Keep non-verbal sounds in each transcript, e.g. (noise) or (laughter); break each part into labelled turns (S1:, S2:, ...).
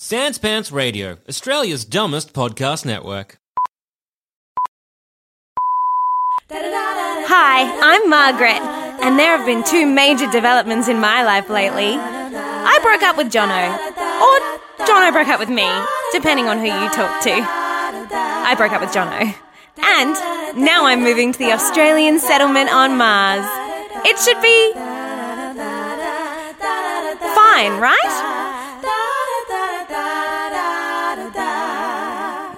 S1: Sans Pants Radio, Australia's dumbest podcast network.
S2: Hi, I'm Margaret, and there have been two major developments in my life lately. I broke up with Jono, or Jono broke up with me, depending on who you talk to. I broke up with Jono, and now I'm moving to the Australian settlement on Mars. It should be fine, right?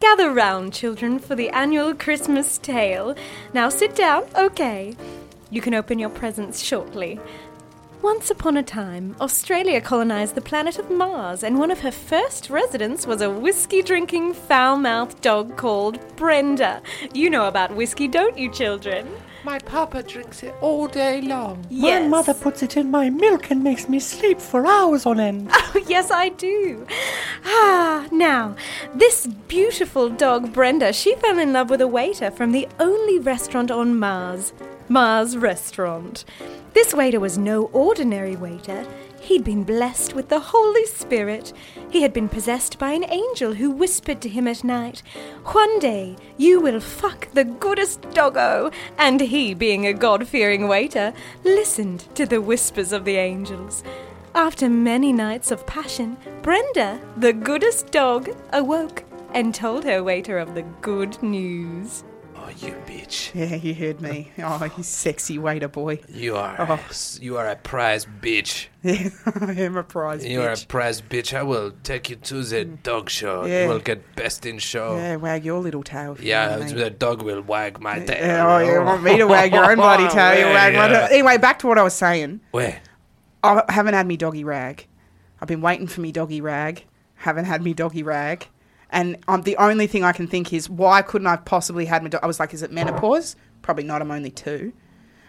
S2: Gather round, children, for the annual Christmas tale. Now sit down, okay. You can open your presents shortly. Once upon a time, Australia colonised the planet of Mars, and one of her first residents was a whiskey drinking, foul mouthed dog called Brenda. You know about whiskey, don't you, children?
S3: My papa drinks it all day long.
S2: Yes.
S4: My mother puts it in my milk and makes me sleep for hours on end.
S2: Oh, (laughs) yes, I do. Ah, now, this beautiful dog, Brenda, she fell in love with a waiter from the only restaurant on Mars Mars Restaurant. This waiter was no ordinary waiter. He'd been blessed with the Holy Spirit. He had been possessed by an angel who whispered to him at night, One day you will fuck the goodest doggo. And he, being a God fearing waiter, listened to the whispers of the angels. After many nights of passion, Brenda, the goodest dog, awoke and told her waiter of the good news.
S3: Oh, you bitch!
S5: Yeah, you heard me. Oh, you sexy waiter boy. (laughs)
S3: You are
S5: Oh.
S3: a, you are a prize bitch.
S5: Yeah, I am a prize
S3: You are a
S5: bitch. Mm.
S3: prize bitch. I will take you to the dog show.
S5: Yeah.
S3: You will get best in show.
S5: Yeah, wag your little tail. if you know
S3: Yeah,
S5: what I mean.
S3: the dog will wag my tail.
S5: Oh, you want me to wag your own bloody tail? You
S3: Yeah,
S5: wag my
S3: yeah.
S5: tail. Anyway, back to what I was saying.
S3: Where?
S5: I haven't had me doggy rag. I've been waiting for me doggy rag. Haven't had me doggy rag. And um, the only thing I can think is why couldn't I have possibly had my dog? I was like, is it menopause? Probably not. I'm only two.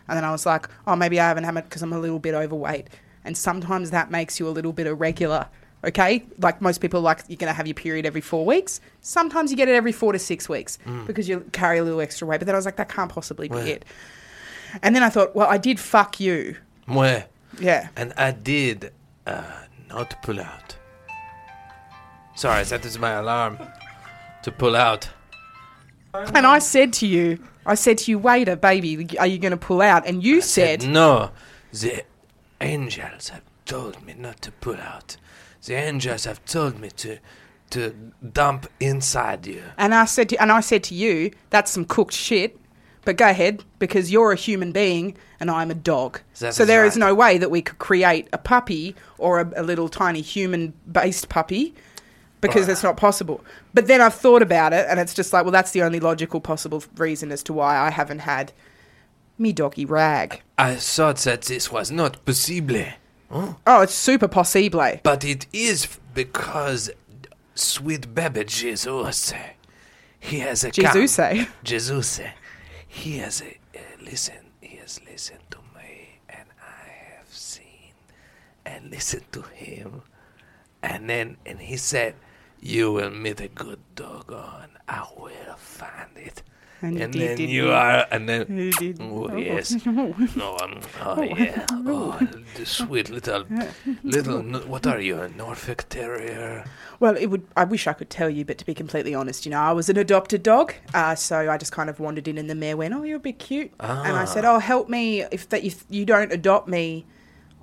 S5: And then I was like, oh, maybe I haven't had it because I'm a little bit overweight. And sometimes that makes you a little bit irregular. Okay, like most people, like you're gonna have your period every four weeks. Sometimes you get it every four to six weeks because you carry a little extra weight. But then I was like, that can't possibly be it. And then I thought, well, I did fuck you.
S3: Where?
S5: Yeah.
S3: And I did uh, not pull out. Sorry, that is my alarm to pull out.
S5: And I said to you, I said to you, waiter, baby, are you going to pull out? And you said,
S3: No, the angels have told me not to pull out. The angels have told me to to dump inside you.
S5: and I said, to, and I said to you, that's some cooked shit. But go ahead, because you're a human being and I'm a dog.
S3: That
S5: so
S3: is
S5: there is
S3: right.
S5: no way that we could create a puppy or a, a little tiny human-based puppy because that's not possible. But then I've thought about it, and it's just like, well, that's the only logical possible reason as to why I haven't had me doggy rag.
S3: I thought that this was not possible,
S5: Oh, it's super possible.
S3: but it is f- because sweet baby Jesus, he has a
S5: Jesus, eh?
S3: Jesus, he has a, uh, listen. He has listened to me, and I have seen and listened to him, and then and he said, "You will meet a good dog on. I will find it."
S5: And you
S3: And
S5: did,
S3: then
S5: didn't
S3: you
S5: you?
S3: are, and then
S5: You did.
S3: oh,
S5: Oh. (laughs)
S3: yes, no, um, oh yeah, oh, the sweet little, little. no- What are you, a Norfolk Terrier?
S5: Well, it would. I wish I could tell you, but to be completely honest, you know, I was an adopted dog, uh, so I just kind of wandered in, and
S3: Ah.
S5: the mayor went, "Oh, you're a bit cute," and I said, "Oh, help me! If that if you don't adopt me,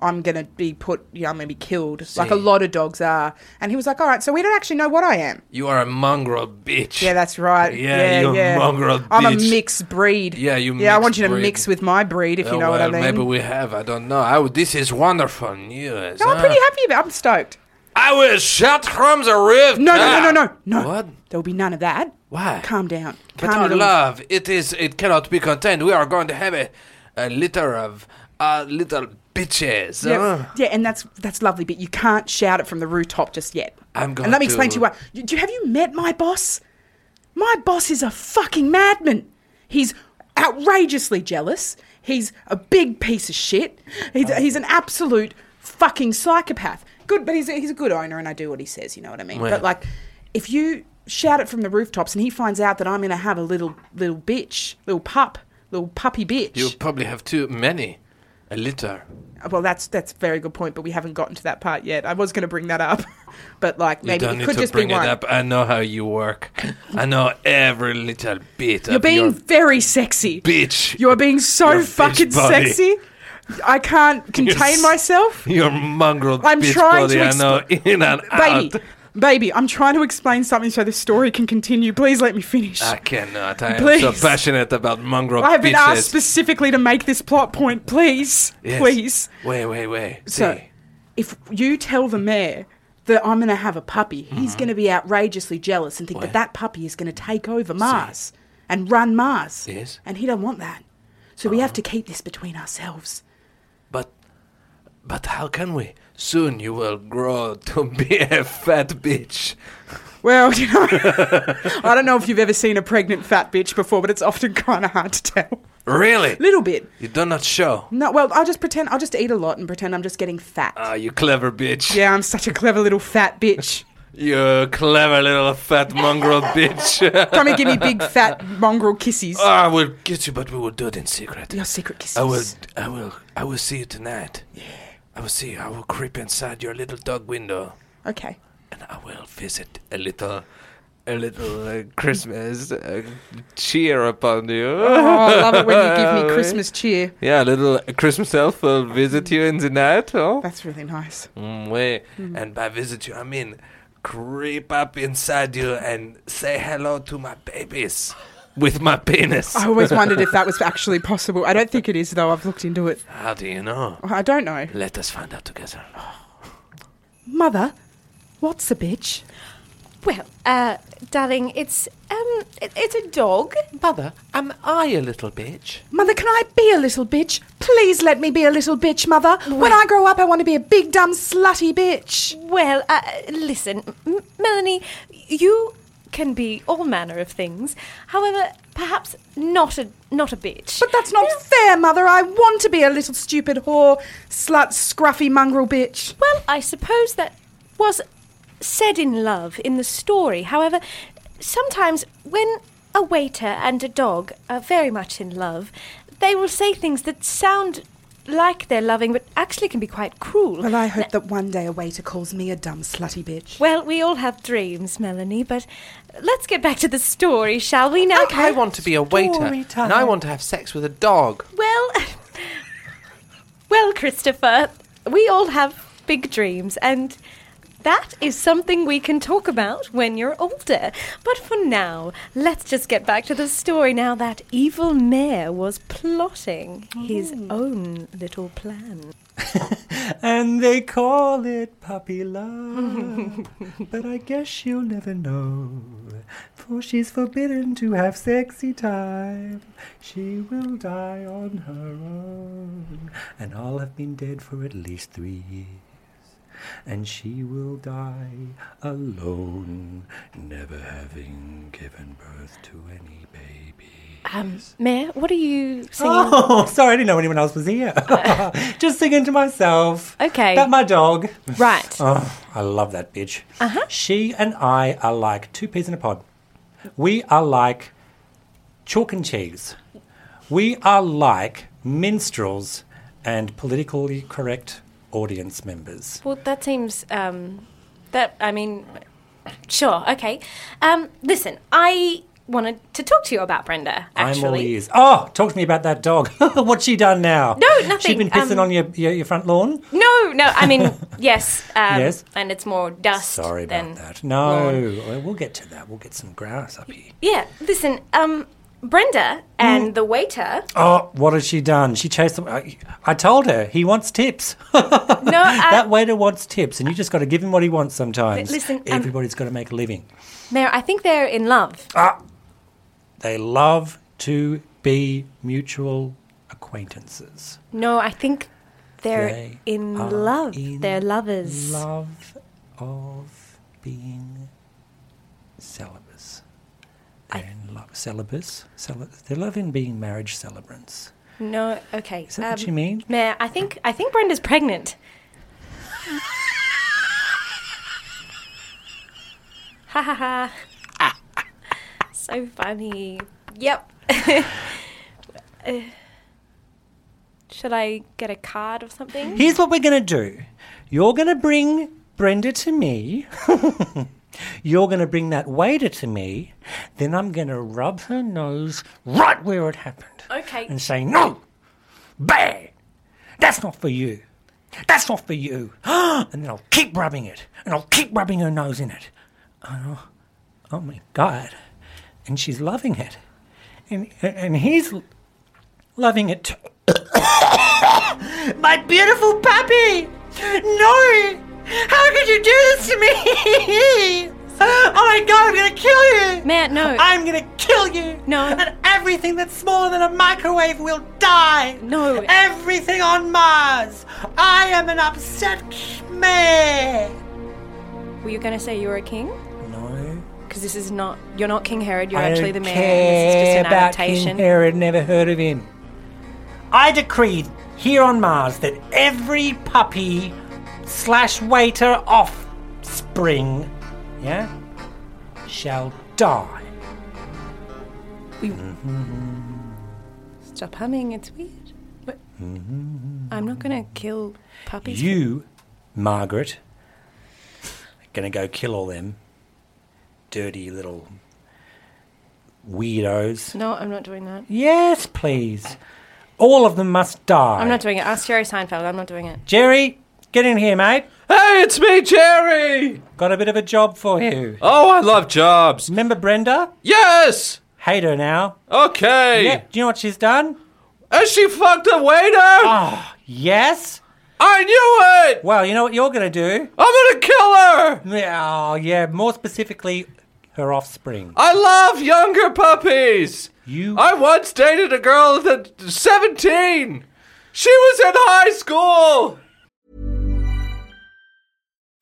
S5: I'm gonna be put, you know, I'm gonna be killed, like a lot of dogs are. And he was like, all right, so we don't actually know what I am.
S3: You are a mongrel bitch.
S5: Yeah, that's right.
S3: Yeah, you're a mongrel
S5: I'm a
S3: bitch.
S5: mixed breed.
S3: Yeah, you
S5: Yeah, I want
S3: mixed
S5: you to
S3: breed.
S5: mix with my breed if
S3: Oh,
S5: you know what I
S3: well,
S5: mean.
S3: Maybe we have. I don't know. I, this is wonderful news.
S5: no, I'm
S3: huh?
S5: pretty happy about. I'm stoked.
S3: I will shout from the rift.
S5: No, no, no, no, no, no.
S3: What?
S5: There will be none of that.
S3: Why?
S5: Calm down.
S3: But
S5: Calm
S3: our
S5: down.
S3: love, it is, it cannot be contained. We are going to have a, a litter of uh, little bitches. huh?
S5: Yeah, yeah, and that's that's lovely, but you can't shout it from the rooftop just yet.
S3: I'm going
S5: And let me explain
S3: to-
S5: to you why. You- Do you, have you met my boss? My boss is a fucking madman. He's outrageously jealous. He's a big piece of shit.
S3: Oh.
S5: He's, he's an absolute fucking psychopath. Good, but he's a, he's a good owner, and I do what he says. You know what I mean?
S3: Well.
S5: But like, if you shout it from the rooftops, and he finds out that I'm gonna have a little little bitch, little pup, little puppy bitch.
S3: You probably have too many. A litter.
S5: Well, that's that's a very good point, but we haven't gotten to that part yet. I was going to bring that up, (laughs) but like
S3: You
S5: maybe
S3: don't
S5: it
S3: need
S5: could
S3: to
S5: just be
S3: bring
S5: one.
S3: it up. I know how you work. I know every little bit
S5: You're
S3: of
S5: being
S3: your
S5: very sexy,
S3: bitch. (laughs)
S5: You're being so
S3: Your bitch
S5: fucking
S3: body.
S5: sexy. I
S3: (laughs)
S5: can't contain
S3: s-
S5: myself,
S3: Your mongrel
S5: I'm
S3: bitch
S5: trying
S3: body.
S5: to
S3: I know (laughs) in and
S5: (laughs) baby.
S3: out.
S5: Baby, I'm trying to explain something so the story can continue. Please let me finish.
S3: I cannot. I am
S5: Please.
S3: so passionate about mongrel
S5: I have been
S3: bitches.
S5: asked specifically to make this plot point. Please,
S3: Yes.
S5: please.
S3: Wait, wait, wait.
S5: So,
S3: See.
S5: if you tell the mayor that I'm going to have a puppy, he's
S3: Mm-hmm.
S5: going to be outrageously jealous and think that that puppy is going to take over Mars and run Mars.
S3: Yes. Oh.
S5: And he don't want that. So we have to keep this between ourselves.
S3: But but how can we? Soon you will grow to (laughs) be a fat bitch.
S5: Well, (laughs) you know, I don't know if you've ever seen a pregnant fat bitch before, but it's often kind of hard to tell.
S3: Really?
S5: Little bit.
S3: You do not show. (laughs)
S5: No, well, I'll just pretend, I'll just eat a lot and pretend I'm just getting fat.
S3: Ah, you clever bitch.
S5: yeah, I'm such a clever little fat bitch.
S3: You clever little
S5: (laughs)
S3: fat mongrel bitch.
S5: Come and give me big fat mongrel kisses.
S3: Ah, I will get you, but we will do it in secret.
S5: Your secret kisses.
S3: I will. I will. I will see you tonight. Yeah. I will see you. I will creep inside your little dog window,
S5: Okay.
S3: and I will visit a little, a little uh, Christmas uh, cheer upon you.
S5: Oh, I love it when you
S3: (laughs)
S5: give me Christmas cheer.
S3: Yeah, a little Christmas elf will visit you in the night. Oh,
S5: That's really nice. Mm-hmm.
S3: Mm, wait. And by visit you, I mean creep up inside you and say hello to my babies with my penis.
S5: I
S3: (laughs)
S5: always wondered if that was actually possible. I don't think it is, though. I've looked into it.
S3: How do you know?
S5: I don't know.
S3: Let us find out together.
S5: Mother, what's a bitch?
S2: Well, uh, darling, it's
S5: Hmm,
S2: um, it, it's a dog.
S3: Mother, am I a little bitch?
S5: Um, Mother, can I be a little bitch? Please let me be a little bitch, Mother. When I grow up, I want to be a big, dumb, slutty bitch.
S2: Well, uh, listen, M- Melanie, you can be all manner of things. However, perhaps not a not a bitch.
S5: But that's not fair, Mother. I want to be a little stupid whore, slut, scruffy, mongrel bitch.
S2: Well, I suppose that was said in love in the story. However, sometimes when a waiter and a dog are very much in love, they will say things that sound like they're loving but actually can be quite cruel.
S5: Well, I hope that one day a waiter calls me a dumb, slutty bitch.
S2: Well, we all have dreams, Melanie, but let's get back to the story, shall we now?
S3: I want to be a waiter,
S4: Story
S3: and I
S4: time.
S3: want to have sex with a dog.
S2: Well, (laughs) well, Christopher, we all have big dreams, and that is something we can talk about when you're older. But for now, let's just get back to the story now that evil mayor was plotting his own little plan.
S4: (laughs) And they call it puppy
S2: (laughs)
S4: love. but I guess she'll never know. For she's forbidden to have sexy time. She will die on her own. And I'll have been dead for at least three years. And she will die alone, never having given birth to any baby.
S2: Um, mayor, what are you singing?
S4: Oh, (laughs) sorry, I didn't know anyone else was
S2: (laughs)
S4: here. Just singing to myself.
S2: Okay.
S4: About my dog.
S2: Right.
S4: (laughs) Oh, I love that bitch. Uh-huh. She and I are like two peas in a pod. We are like chalk and cheese. We are like minstrels and politically correct audience members.
S2: Well, that seems. Um, that I mean, sure, okay. Um, listen, I wanted to talk to you about, Brenda. Actually,
S4: I'm all ears. Oh, talk to me about that dog. (laughs) What's she done now?
S2: No, nothing.
S4: She been pissing
S2: Um,
S4: on your, your your front lawn.
S2: No, no. I
S4: (laughs)
S2: mean, yes. Um,
S4: Yes?
S2: And it's more dust.
S4: Sorry
S2: than
S4: about that. No, well, we'll get to that. We'll get some grass up here.
S2: Yeah. Listen, um,
S4: Mm.
S2: Brenda and the waiter.
S4: Oh, what has she done? She chased them. I, I told her he wants tips. (laughs)
S2: No, uh, I,
S4: that waiter wants tips, and you just got to give him what he wants. Sometimes.
S2: Li- listen, um,
S4: everybody's got to make a living.
S2: Mayor, I think they're in love.
S4: Ah. They love to be mutual acquaintances.
S2: No, I think they're
S4: They
S2: in
S4: are
S2: love.
S4: in
S2: they're lovers.
S4: Love of being celibus. They're in love. Celibus? Celi- they love in being marriage celebrants.
S2: No, okay.
S4: Is that what you mean?
S2: Mayor, I think I think Brenda's pregnant. ha ha ha. so funny. Yep. (laughs) Uh, Should I get a card or something?
S4: Here's what we're going to do you're going to bring Brenda to me. (laughs) You're going to bring that waiter to me. Then I'm going to rub her nose right where it happened.
S2: Okay.
S4: and say, No, bad. That's not for you. That's not for you. (gasps) and then I'll keep rubbing it. And I'll keep rubbing her nose in it. Oh, oh my God. And she's loving it. And, and he's l- loving it too. my beautiful puppy! No! How could you do this to me? oh my God, I'm going to kill you!
S2: Mayor, no.
S4: I'm gonna kill you!
S2: No.
S4: And everything that's smaller than a microwave will die!
S2: No.
S4: Everything on Mars! I am an upset man!
S2: Were you going to say you were a king?
S4: No.
S2: Because this is not. You're not King Herod. You're
S4: I
S2: actually the
S4: don't
S2: mayor.
S4: Care
S2: and This is just an
S4: about King
S2: adaptation.
S4: Herod, never heard of him. I decree here on Mars that every puppy slash waiter offspring, yeah, shall die. Mm-hmm.
S2: Stop humming. It's weird. But I'm not going to kill puppies.
S4: Mm-hmm. You, Margaret, are going to go kill all them dirty little weirdos.
S2: No, I'm not doing that.
S4: Yes, please. All of them must die.
S2: I'm not doing it. Ask Jerry Seinfeld. I'm not doing it.
S4: Jerry, get in here, mate.
S3: Hey, it's me, Jerry.
S4: Got a bit of a job for you.
S3: Oh, I love jobs.
S4: Remember Brenda?
S3: Yes.
S4: Hate her now.
S3: Okay.
S4: Yeah, do you know what she's done? Ah,
S3: And she fucked a waiter.
S4: Yes.
S3: I knew it.
S4: Well, you know what you're going to do?
S3: I'm gonna kill her.
S4: Oh, yeah, more specifically, her offspring.
S3: I love younger puppies.
S4: You.
S3: I once dated a girl at 17. She was in high school.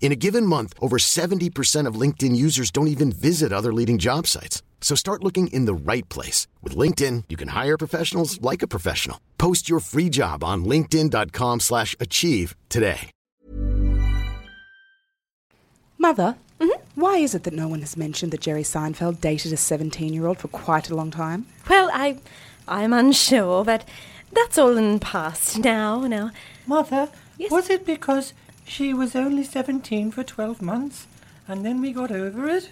S6: In a given month, over 70% of LinkedIn users don't even visit other leading job sites. So start looking in the right place. With LinkedIn, you can hire professionals like a professional. Post your free job on linkedin.com/achieve slash achieve today.
S5: Mother,
S2: Mm-hmm.
S5: why is it that no one has mentioned that Jerry Seinfeld dated a 17 year old for quite a long time?
S2: Well, I, I'm unsure, but that's all in the past now. Now,
S4: Mother,
S2: Yes?
S4: was it because she was only 17 for 12 months and then we got over it?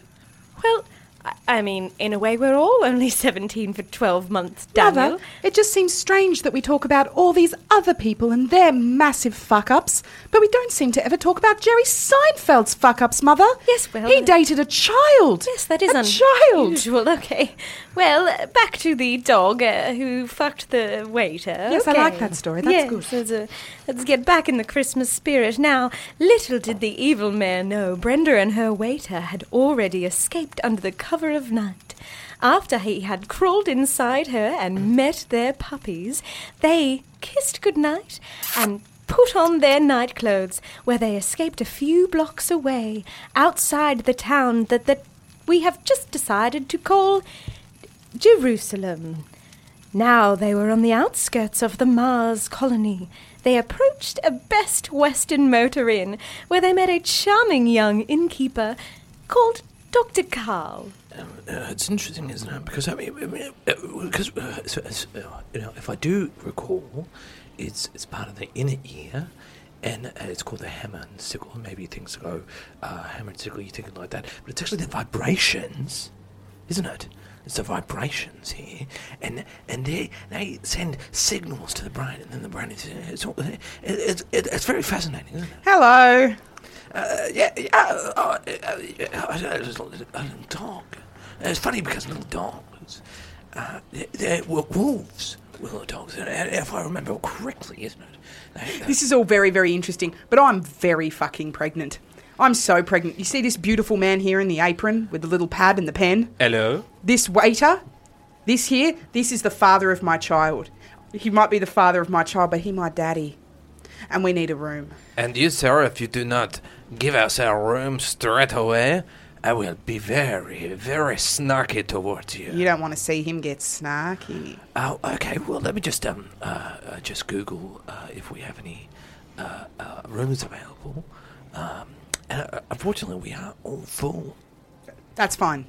S2: Well, I- I mean, in a way, we're all only (laughs) 17 for 12 months, Daniel.
S5: Mother, it just seems strange that we talk about all these other people and their massive fuck ups, but we don't seem to ever talk about Jerry Seinfeld's fuck ups, Mother. Yes, well. He dated a child.
S2: Yes, that is
S5: a
S2: un-
S5: child.
S2: unusual. (laughs) Okay. Well, uh, back to the dog uh, who fucked the waiter.
S5: Yes, I
S2: Okay.
S5: like that story. That's
S2: Yes,
S5: good.
S2: Let's, uh, let's get back in the Christmas spirit now. Little did the evil man know, Brenda and her waiter had already escaped under the cover of night. After he had crawled inside her and met their puppies, they kissed goodnight and put on their night clothes, where they escaped a few blocks away, outside the town that, that we have just decided to call Jerusalem. Now they were on the outskirts of the Mars colony. They approached a Best Western motor inn, where they met a charming young innkeeper called Dr. Carl.
S7: Uh, it's interesting, isn't it? Because I mean, because uh, it's- it's, uh, you know, if I do recall, it's it's part of the inner ear, and uh, it's called the hammer and sickle. Maybe things go uh, hammer and sickle. You think it like that, but it's actually the vibrations, isn't it? It's the vibrations here, and and they they send signals to the brain, and then the brain is it's all, it, it, it, it's very fascinating, isn't it?
S5: Hello.
S7: Uh, yeah, yeah, uh, uh, uh, yeah, I don't- I just looked at a little dog. It's funny because little dogs, uh, they- they were wolves. were Little dogs, uh, if I remember correctly, isn't it?
S5: This is all very, very interesting, but I'm very fucking pregnant. I'm so pregnant. You see this beautiful man here in the apron with the little pad and the pen?
S7: Hello.
S5: This waiter, this here, this is the father of my child. He might be the father of my child, but he my daddy. And we need a room.
S7: And you, sir, if you do not give us a room straight away, I will be very, very snarky towards you.
S5: You don't want to see him get snarky.
S7: Oh, okay. Well, let me just um uh, uh just Google uh, if we have any uh, uh rooms available. Um, and uh, unfortunately, we are all full.
S5: That's fine.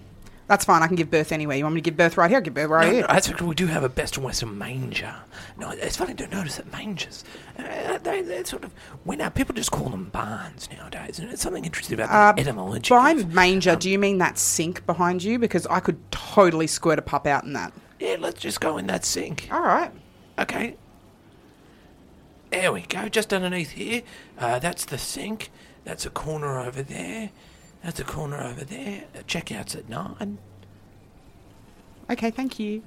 S5: That's fine. I can give birth anywhere. You want me to give birth right here? I'll give birth right
S7: No,
S5: here.
S7: no, that's actually, we do have a Best and Western manger. No, it's funny to notice that mangers, uh, they, they sort of went out. People just call them barns nowadays, and it's something interesting about the etymology.
S5: Uh, By manger, do you mean that sink behind you? Because I could totally squirt a pup out in that.
S7: Yeah, let's just go in that sink.
S5: All right.
S7: Okay. There we go, just underneath here. Uh, that's the sink. That's a corner over there. That's a corner over there. Uh, checkout's at nine.
S5: Okay, thank you.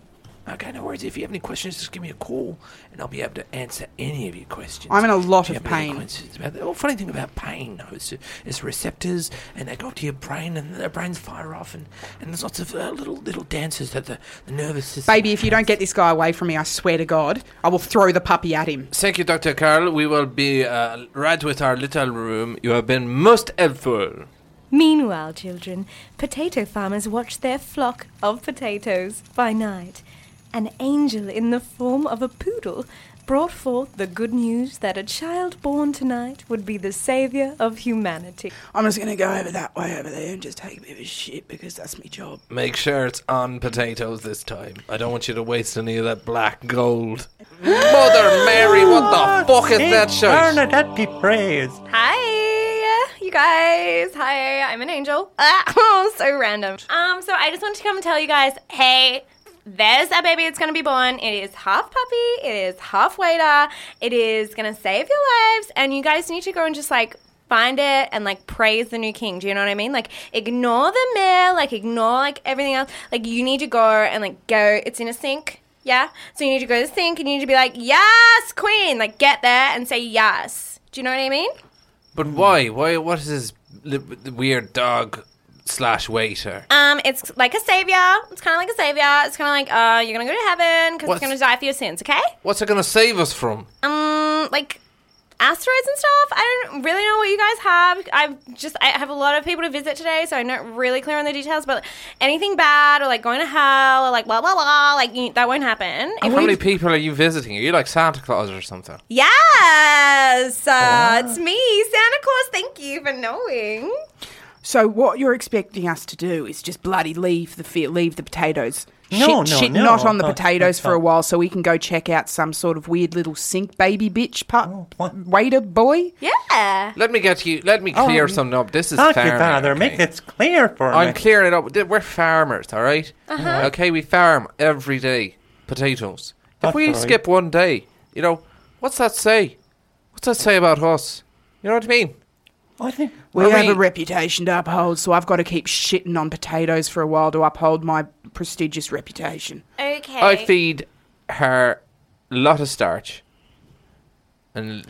S7: Okay, no worries. If you have any questions, just give me a call, and I'll be able to answer any of your questions.
S5: I'm in a lot
S7: If you
S5: of
S7: have any
S5: pain.
S7: questions about that. Well, funny thing about pain though, is, is receptors, and they go up to your brain, and their brains fire off, and, and there's lots of uh, little little dances that the, the nervous system.
S5: Baby, if you don't get this guy away from me, I swear to God, I will throw the puppy at him.
S7: Thank you, Dr. Carl. We will be uh, right with our little room. You have been most helpful.
S2: Meanwhile, children, potato farmers watched their flock of potatoes by night. An angel in the form of a poodle brought forth the good news that a child born tonight would be the savior of humanity.
S5: I'm just going to go over that way over there and just take a bit of shit because that's my job.
S7: Make sure it's on potatoes this time. I don't want you to waste any of that
S3: (laughs)
S7: black gold. Mother Mary, what the fuck is that shit?
S3: that be praised.
S8: Hi, you guys. Hi, I'm an angel. Ah, (laughs) so random. Um, so I just wanted to come and tell you guys, hey, there's a baby that's gonna be born. It is half puppy. It is half waiter. It is gonna save your lives, and you guys need to go and just like. Find it and like praise the new king. Do you know what I mean? Like ignore the mail, like ignore like everything else. Like you need to go and like go. It's in a sink. Yeah. So you need to go to the sink and you need to be like, yes, queen. Like get there and say yes. Do you know what I mean?
S7: But why? Why? What is this li- weird dog slash waiter?
S8: Um, it's like a savior. It's kind of like a savior. It's kind of like, uh, you're gonna go to heaven because
S7: What's-
S8: it's gonna die for your sins. Okay.
S7: What's it gonna save us from?
S8: Um, like asteroids and stuff. I don't really know what you guys have. I've just I have a lot of people to visit today, so I'm not really clear on the details. But anything bad or like going to hell or like blah blah blah, like you, that won't happen. If
S7: How
S8: we-
S7: many people are you visiting? Are you like Santa Claus or something?
S8: yes, uh, it's me, Santa Claus. Thank you for knowing.
S5: So what you're expecting us to do is just bloody leave the fi- leave the potatoes.
S4: No,
S5: shit,
S4: no,
S5: shit
S4: no.
S5: not on the
S4: Oh,
S5: potatoes
S4: oh,
S5: for a
S4: oh.
S5: while, so we can go check out some sort of weird little sink baby bitch
S4: Oh,
S5: pu- waiter boy.
S8: Yeah.
S3: Let me get you. Let me clear
S5: Oh.
S3: something up. This is
S5: Thank you,
S3: farming.
S5: Father.
S4: Make this clear for
S3: I'm
S4: me.
S3: clearing it up. Th- We're farmers, all right? Mm-hmm.
S4: Uh-huh.
S3: Okay, we farm every day potatoes. If
S4: That's
S3: we
S4: all right.
S3: skip one day, you know, what's that say? What's that say about us? You know what I mean?
S4: I think
S5: We
S3: Are
S5: have
S3: we-
S5: a reputation to uphold, so I've got to keep shitting on potatoes for a while to uphold my prestigious reputation.
S8: Okay.
S3: I feed her a lot of starch, and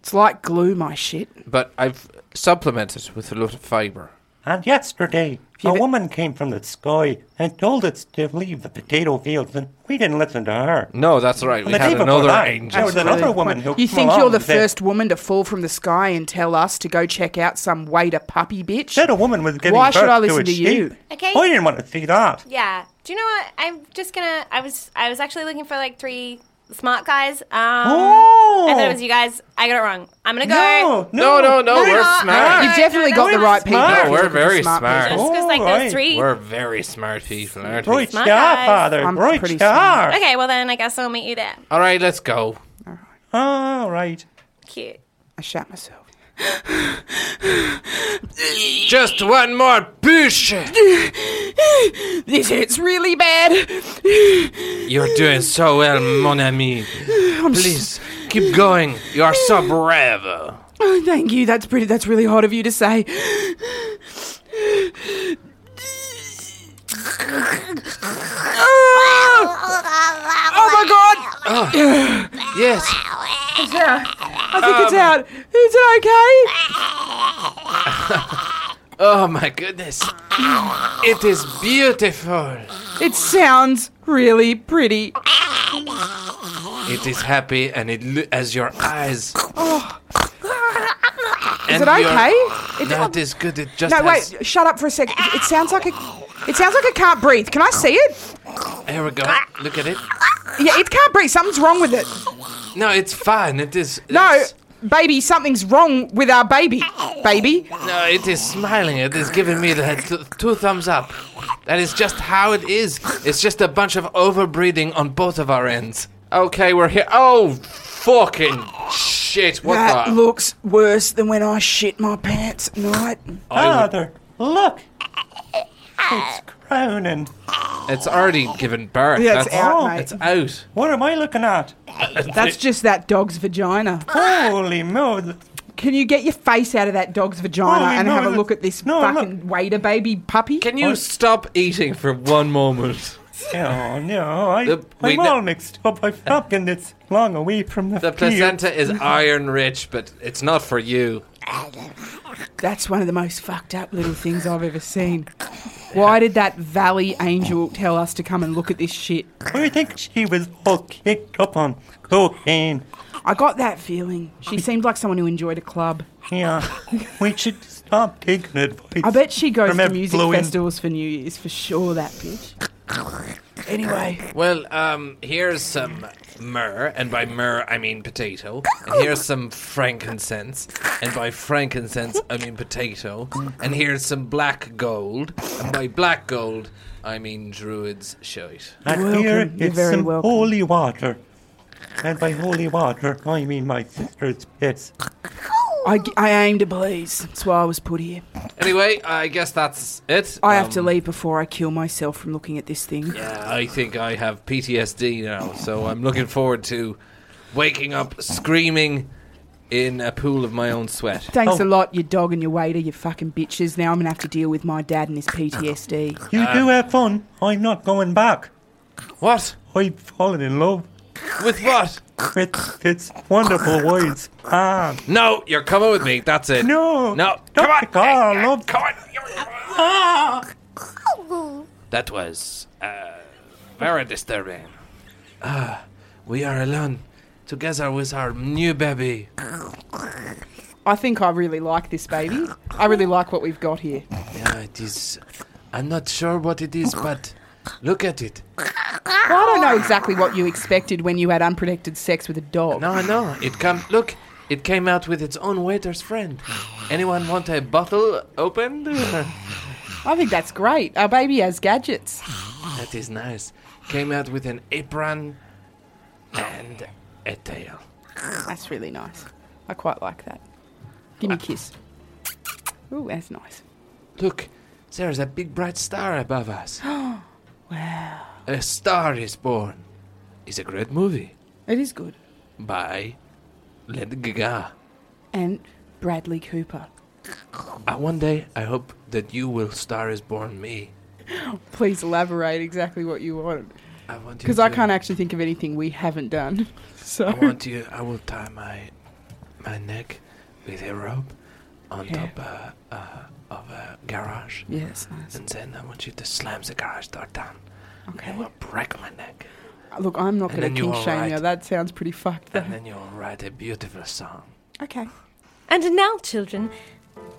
S5: It's like glue, my shit.
S3: but I've supplemented with a lot of fibre.
S4: And yesterday, a woman came from the sky and told us to leave the potato fields, and we didn't listen to her.
S3: No, that's right.
S4: And
S3: We
S4: the day
S3: had
S4: before
S3: another
S4: that,
S3: angel.
S4: There was another woman who
S5: You
S4: came
S5: think you're
S4: along
S5: the
S4: and said-
S5: first woman to fall from the sky and tell us to go check out some waiter puppy bitch? Said
S4: a woman was giving
S5: Why should
S4: birth
S5: I
S4: to
S5: listen
S4: a
S5: to, you?
S4: sheep.
S8: Okay.
S4: I didn't want to see that.
S8: Yeah. Do you know what? I'm just gonna. I was. I was actually looking for like three smart guys. Um, I thought it was you guys. I got it wrong. I'm gonna go.
S3: Oh! no, no, no,
S8: you're
S3: we're
S8: not.
S3: smart.
S5: You've definitely
S8: no,
S5: got
S8: no,
S5: the right people.
S3: No,
S5: if you
S3: we're
S5: look at the
S3: very
S5: smart
S3: smart.
S5: people.
S8: Just 'cause, like
S4: All
S8: those
S4: right.
S8: three.
S3: We're very smart people, aren't we?
S4: Right
S8: Smart
S4: star,
S8: guys.
S4: Father.
S5: I'm
S4: right
S5: pretty
S4: star.
S8: Okay. Well then, I guess I'll meet you there.
S3: All right, let's go.
S5: Uh,
S4: All right.
S8: Cute.
S5: I shat myself. (laughs)
S3: Just one more push.
S5: This hurts really bad.
S3: You're doing so well, mon ami. Please keep going. You are so brave. (laughs)
S5: Oh, thank you. That's pretty. That's really hot of you to say. Ah! Oh my god!
S3: Yes,
S5: It's out. I think it's out. Is it okay?
S3: Oh my goodness. It is beautiful.
S5: It sounds really pretty.
S3: It is happy and it lo- as your eyes.
S5: Oh, Is it
S3: And your-
S5: okay? It-
S3: That is good. It just
S5: no,
S3: has.
S5: wait. Shut up for a sec. It it sounds like a. It sounds like it can't breathe. Can I see it?
S3: Here we go. Look at it.
S5: Yeah, it can't breathe. Something's wrong with it.
S3: No, it's fine. It is.
S5: No,
S3: it's-
S5: baby, something's wrong with our baby. Baby,
S3: No, it is smiling. It is giving me the th- two thumbs up. That is just how it is. It's just a bunch of overbreeding on both of our ends. Okay, we're here. Oh, fucking shit! What
S5: that
S3: the?
S5: looks worse than when I shit my pants at night.
S3: I would-
S4: Father, look. It's crowning.
S3: it's already given birth.
S5: Yeah, it's out, mate.
S3: It's out.
S4: What am I looking at?
S5: (laughs)
S4: (laughs)
S5: That's just that dog's vagina.
S4: Holy moly.
S5: Can you get your face out of that dog's vagina
S4: Holy
S5: and have a
S4: moly.
S5: look at this
S4: No,
S5: fucking waiter baby puppy?
S3: Can you stop eating for one moment?
S4: Oh, no. I,
S3: The- wait,
S4: I'm
S3: no.
S4: all mixed up. I've not been this long away from the,
S3: The
S4: field.
S3: placenta
S4: (laughs)
S3: is iron rich, but it's not for you.
S5: That's one of the most fucked up little things I've ever seen. Why did that valley angel tell us to come and look at this shit?
S4: I think she was all kicked up on cocaine.
S5: I got that feeling. She seemed like someone who enjoyed a club.
S4: Yeah. we should stop taking advice.
S5: I bet she goes
S4: From a
S5: to music
S4: blowing-
S5: festivals for New Year's for sure. That bitch. Anyway,
S3: Well, um, here's some myrrh, and by myrrh I mean potato. And here's some frankincense, and by frankincense I mean potato. And here's some black gold, and by black gold I mean druid's shite.
S4: And
S5: Welcome.
S4: here
S5: You're
S4: it's
S5: very
S4: some
S5: welcome.
S4: holy water. And by holy water, I mean my sister's piss.
S5: I, g- I aim to please. That's why I was put here.
S3: Anyway, I guess that's it.
S5: I have to
S3: Um,
S5: leave before I kill myself from looking at this thing.
S3: Yeah, I think I have PTSD now, so I'm looking forward to waking up screaming in a pool of my own sweat.
S5: Thanks
S4: Oh.
S5: a lot, your dog and your waiter, you fucking bitches. Now I'm gonna have to deal with my dad and his PTSD.
S4: You
S3: Um,
S4: do have fun. I'm not going back.
S3: What?
S4: I've fallen in love.
S3: With what?
S4: It's, it's wonderful words. Ah,
S3: No, you're coming with me. That's it.
S4: No.
S3: No.
S4: Stop
S3: Come on.
S4: the car,
S3: Hey,
S4: love.
S3: Come on.
S5: Ah.
S3: That was uh, very disturbing. Ah, we are alone together with our new baby.
S5: I think I really like this baby. I really like what we've got here.
S3: Yeah, it is. I'm not sure what it is, but look at it.
S5: Well, I don't know exactly what you expected when you had unprotected sex with a dog.
S3: No, no. It comes. Look, It came out with its own waiter's friend. Anyone want a bottle (laughs) opened?
S5: I think that's great. Our baby has gadgets.
S3: that is nice. Came out with an apron and a tail.
S5: That's really nice. I quite like that. Give me a kiss. (gasps) Ooh, that's nice.
S3: Look, there's a big bright star above us.
S5: wow.
S3: A Star is Born is a great movie
S5: It is good.
S3: by Lady Gaga.
S5: And Bradley Cooper.
S3: Uh, one day, I hope that you will Star is Born me.
S5: (laughs) Please elaborate exactly what you want.
S3: I want you
S5: Because I
S3: to-
S5: can't actually think of anything we haven't done. (laughs) So
S3: I want you. I will tie my my neck with a rope on
S5: Yeah.
S3: top uh, uh, of a garage.
S5: Yes, nice.
S3: And then I want you to slam the garage door down. Okay. You will break my neck,
S5: Look, I'm not
S3: And
S5: going
S3: then
S5: to
S3: you
S5: kink
S3: are
S5: shame
S3: right.
S5: you. That sounds pretty fucked.
S3: and then you will write a beautiful song.
S5: Okay.
S2: And now, children,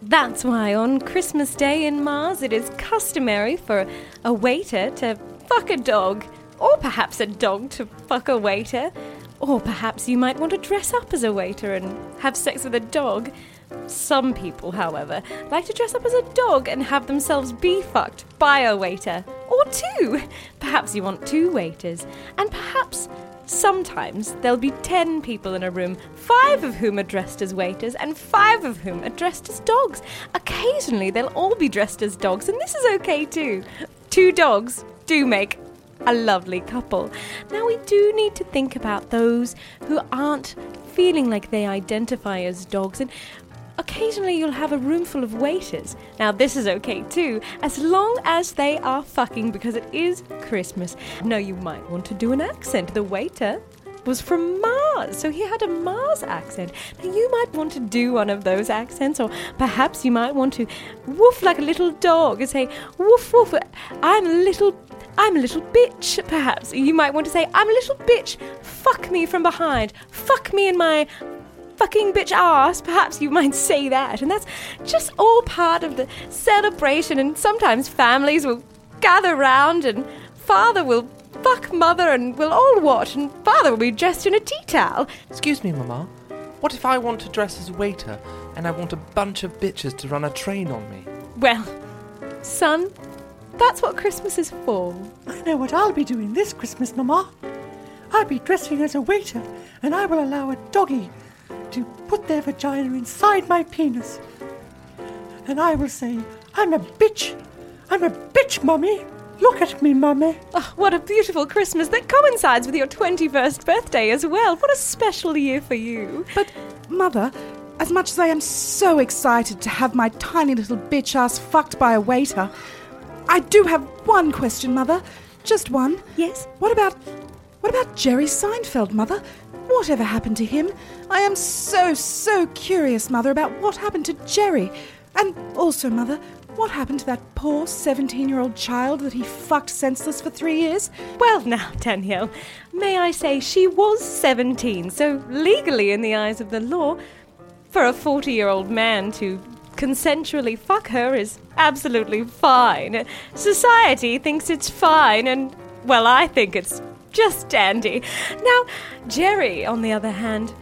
S2: that's why on Christmas Day in Mars it is customary for a waiter to fuck a dog, or perhaps a dog to fuck a waiter, or perhaps you might want to dress up as a waiter and have sex with a dog. Some people, however, like to dress up as a dog and have themselves be fucked by a waiter, or two. Perhaps you want two waiters, and perhaps Sometimes there'll be 10 people in a room, five of whom are dressed as waiters and five of whom are dressed as dogs. Occasionally they'll all be dressed as dogs, and this is okay too. Two dogs do make a lovely couple. Now we do need to think about those who aren't feeling like they identify as dogs and Occasionally, you'll have a room full of waiters. Now, this is okay too, as long as they are fucking because it is Christmas. Now, you might want to do an accent. The waiter was from Mars, so he had a Mars accent. Now, you might want to do one of those accents, or perhaps you might want to woof like a little dog and say, woof, woof, I'm a little. I'm a little bitch, perhaps. You might want to say, I'm a little bitch, fuck me from behind, fuck me in my fucking bitch ass, perhaps you might say that. And that's just all part of the celebration. And sometimes families will gather round and father will fuck mother and we'll all watch and father will be dressed in a tea towel.
S3: Excuse me, Mama. What if I want to dress as waiter and I want a bunch of bitches to run a train on me?
S2: Well, son, that's what Christmas is for.
S7: I know what I'll be doing this Christmas, Mama. I'll be dressing as a waiter, and I will allow a doggy to put their vagina inside my penis. And I will say, I'm a bitch. I'm a bitch, Mummy. Look at me, Mummy.
S2: Oh, what a beautiful Christmas that coincides with your 21st birthday as well. What a special year for you.
S5: But, Mother, as much as I am so excited to have my tiny little bitch ass fucked by a waiter, I do have one question, Mother. Just one.
S2: Yes.
S5: What about what about Jerry Seinfeld, Mother? Whatever happened to him? I am so so curious, Mother, about what happened to Jerry. And also, Mother, what happened to that poor 17-year-old child that he fucked senseless for 3 years?
S2: Well, now, Danielle, may I say she was 17, so legally, in the eyes of the law, for a 40 year old man to consensually fuck her is absolutely fine. Society thinks it's fine, and, well, I think it's just dandy. Now, Jerry, on the other hand,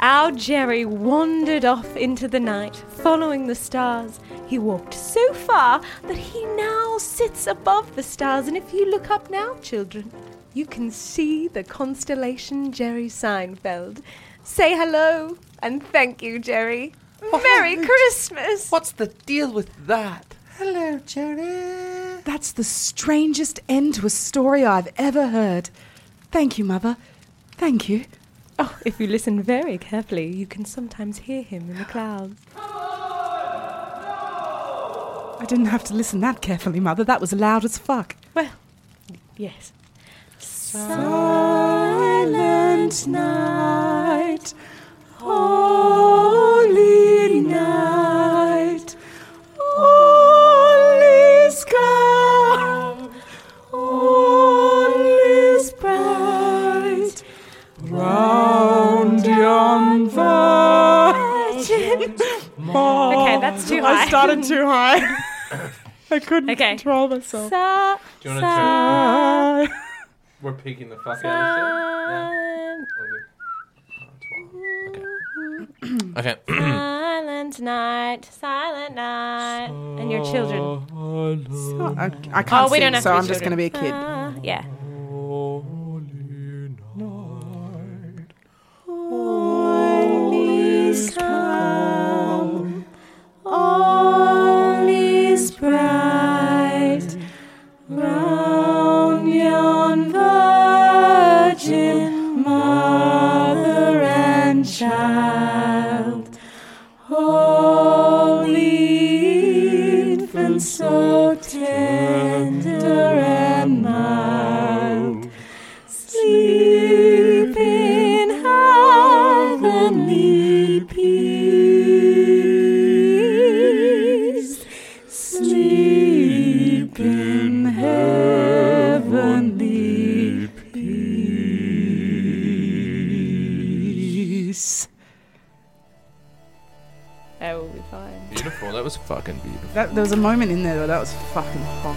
S2: our Jerry wandered off into the night, following the stars. He walked so far that he now sits above the stars, and if you look up now, children, you can see the constellation Jerry Seinfeld. Say hello and thank you, Jerry. Merry Christmas!
S3: What's the deal with that?
S5: Hello, Jerry. That's the strangest end to a story I've ever heard. Thank you, Mother. Thank you.
S2: Oh, if you listen very carefully, you can sometimes hear him in the clouds.
S5: I didn't have to listen that carefully, Mother. That was loud as fuck.
S2: Well, yes.
S5: Silent night, holy night, all is calm, all is bright, round yon virgin.
S2: okay, that's too
S5: (laughs)
S2: high.
S5: I started too high. I couldn't
S2: Okay.
S5: control myself.
S2: Sa-
S5: Do
S3: you wanna
S5: try?
S3: We're picking the fuck out of shit. Okay.
S8: silent night, silent night, and your children.
S5: I, I can't
S8: oh, we
S5: sing,
S8: don't have
S5: so
S8: to
S5: I'm just going to be a kid.
S8: Uh, yeah.
S9: come, all is bright round yon virgin mother and child. Holy infant, so tender and mild, sleep in heavenly peace. Sleep in heavenly peace.
S8: That will be fine.
S3: Beautiful. That was fucking beautiful.
S5: That, there was a moment in there though, that was fucking hot.